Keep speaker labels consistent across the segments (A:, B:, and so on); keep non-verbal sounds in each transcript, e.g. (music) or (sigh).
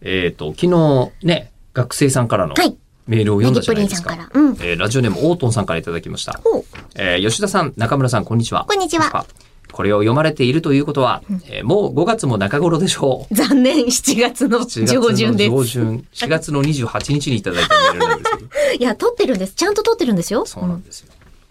A: えっ、と、昨日ね、学生さんからの
B: はい
A: メールを読んだじゃないです
B: プリン
A: か。
B: さんからうん
A: えーラジオネームオートンさんからいただきました。
B: ほう。
A: えー吉田さん、中村さん、こんにちは。
B: こんにちは
A: これを読まれているということは、えーもう5月も中頃でしょう。
B: 残念、7月の
A: 4月
B: (laughs) 上旬
A: の
B: です。
A: 上旬、4月の28日にいただいたメールなんです
B: (laughs)
A: けど、
B: いや、撮ってるんです。ちゃんと撮ってるんですよ。
A: そうなんですよ。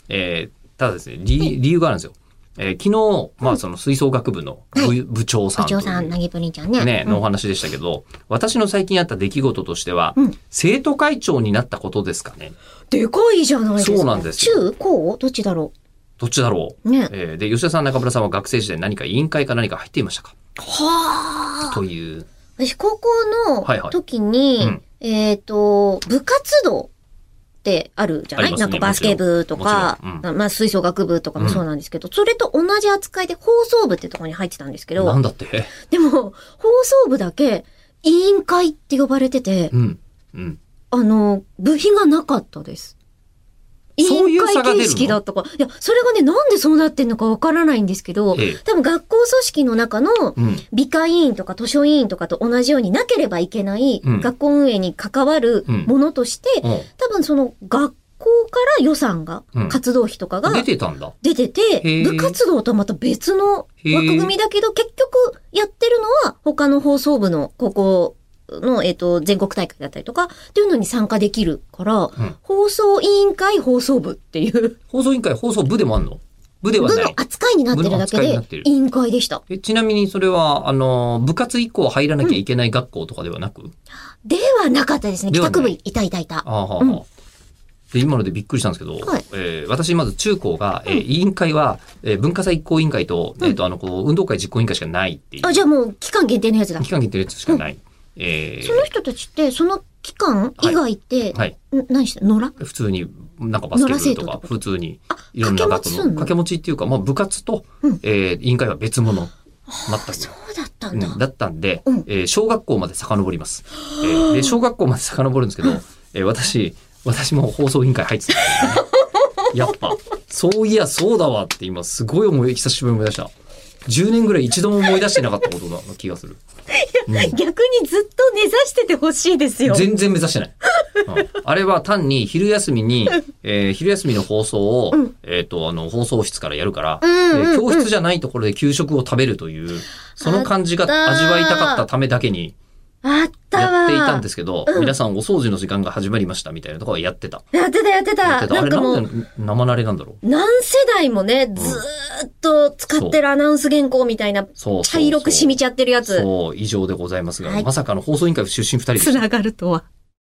A: えーただですね、理理由があるんですよ。えー昨日、まあその吹奏楽部の部,、
B: はい
A: 部長さ
B: 部
A: んとい
B: 長
A: う
B: さん、なぎぷりんちゃんね。
A: ね、
B: うん
A: のお話でしたけど、私の最近あった出来事としては、
B: うん
A: 生徒会長になったことですかね。
B: でかいじゃないですか。
A: そうなんですよ
B: 中高どっちだろ
A: どっちだろう。
B: ね
A: えーで、吉田さん、中村さんは学生時代何か委員会か何か入っていましたか
B: う。はあ。
A: という。
B: 私、高校
A: はいは
B: の
A: い
B: 時に、
A: うん
B: えっ、と、部活動ってあるじゃな
A: あ
B: い、
A: ります
B: な
A: ね
B: んかバスケ部とか
A: もちろんも、ち
B: まあ、吹奏楽部とかもそうなんですけど、それと同じ扱いで放送部ってところに入ってたんですけ
A: な
B: ど
A: ん、だって
B: でも、放送部だけ、委員会って呼ばれてて、
A: うん。うん。
B: あの、部品がなかったです。委
A: そうい
B: 員
A: う差が
B: 会
A: 出るの
B: 形式だったか。いや、それがね、なんでそうなってんのかわからないんですけど、
A: ええ
B: 多分学校組織の中の
A: うん。
B: 美化委員とか図書委員とかと同じようになければいけない
A: うん
B: 学校運営に関わる
A: うん
B: ものとして、
A: うん
B: 多分その学校から予算が、
A: うん
B: 活動費とかが
A: 出てたんだ。
B: 出て
A: へ
B: て、
A: ー
B: 部活動とはまた別の
A: へー
B: 枠組みだけど、結局やってるのは他の放送部の高校の、えっ、と、全国大会だったりとか、っていうのに参加できるから、
A: ん
B: 放送委員会放送部っていう、
A: 放送委員会、放送部でもあんの部では
B: 部
A: な
B: の
A: い。
B: 扱いになってるだけ
A: 部の扱いになって
B: で
A: る、
B: 委員会でした。
A: えちなみにそれは、あの、部活以降入らなきゃいけない学校とかではなく、
B: ではなかったですね。
A: ではない
B: 帰宅部いたいたいた。
A: ああ、はあ、
B: うん
A: で、今のでびっくりしたんですけど、
B: はい
A: えー私、まず中高が、えー委員会は、えー文化祭一行委員会と、えっ、と、あの、こう、運動会実行委員会しかないっていう。
B: あ、じゃあもう期間限定のやつだ。
A: 期間限定のやつしかない。えー
B: その人たちって、その期間以外って、
A: はい。
B: ん何して、野良
A: 普通に、なんかバスケ部と
B: 野良生徒と
A: か
B: か、
A: 普通に、
B: あ、
A: いろんな
B: 掛
A: 学
B: け持
A: 校
B: ちす
A: の
B: んの
A: 掛け持ちっていうか、まあ、部活と、
B: うん
A: えー委員会は別物。全
B: そ
A: く。
B: うだった
A: うん
B: だ。
A: んだったんで、
B: うん
A: えー小学校まで遡ります。えーで小学校まで遡るんですけど、えー私、私も放送委員会入ってたん
B: (laughs)
A: ですよね、やっぱ、そういや、そうだわって今、すごい思い、久しぶりに思い出した。10年ぐらい一度も思い出してなかったことな気がす
B: (laughs)
A: る。うん
B: 逆にずっと根ざしててほしいですよ。
A: 全然目指して
B: (laughs)
A: ない。うんあれは単に昼休みに、えー昼休みの放送を、
B: うん
A: えっ、と、あの、放送室からやるから、
B: うんうんうん
A: えー教室じゃないところで給食を食べるという、その感じが
B: あった
A: 味わいたかったためだけに
B: あった
A: やっ
B: わ。
A: ていたんですけど、皆さんお掃除の時間が始まりましたみたいなところはやってた。
B: やってた、やって。
A: やったてた。あ
B: なん
A: れ
B: か
A: な
B: も
A: ん
B: う、
A: で生慣れなんだろう。
B: 何世代もね、ずーっと使ってるアナウンス原稿みたいな、
A: そうそうそう
B: 茶色く染みちゃってるやつ。
A: そう、以上でございますが、
B: はい
A: まさかの放送委員会出身二人で
B: つ
A: した。
B: ながるとは。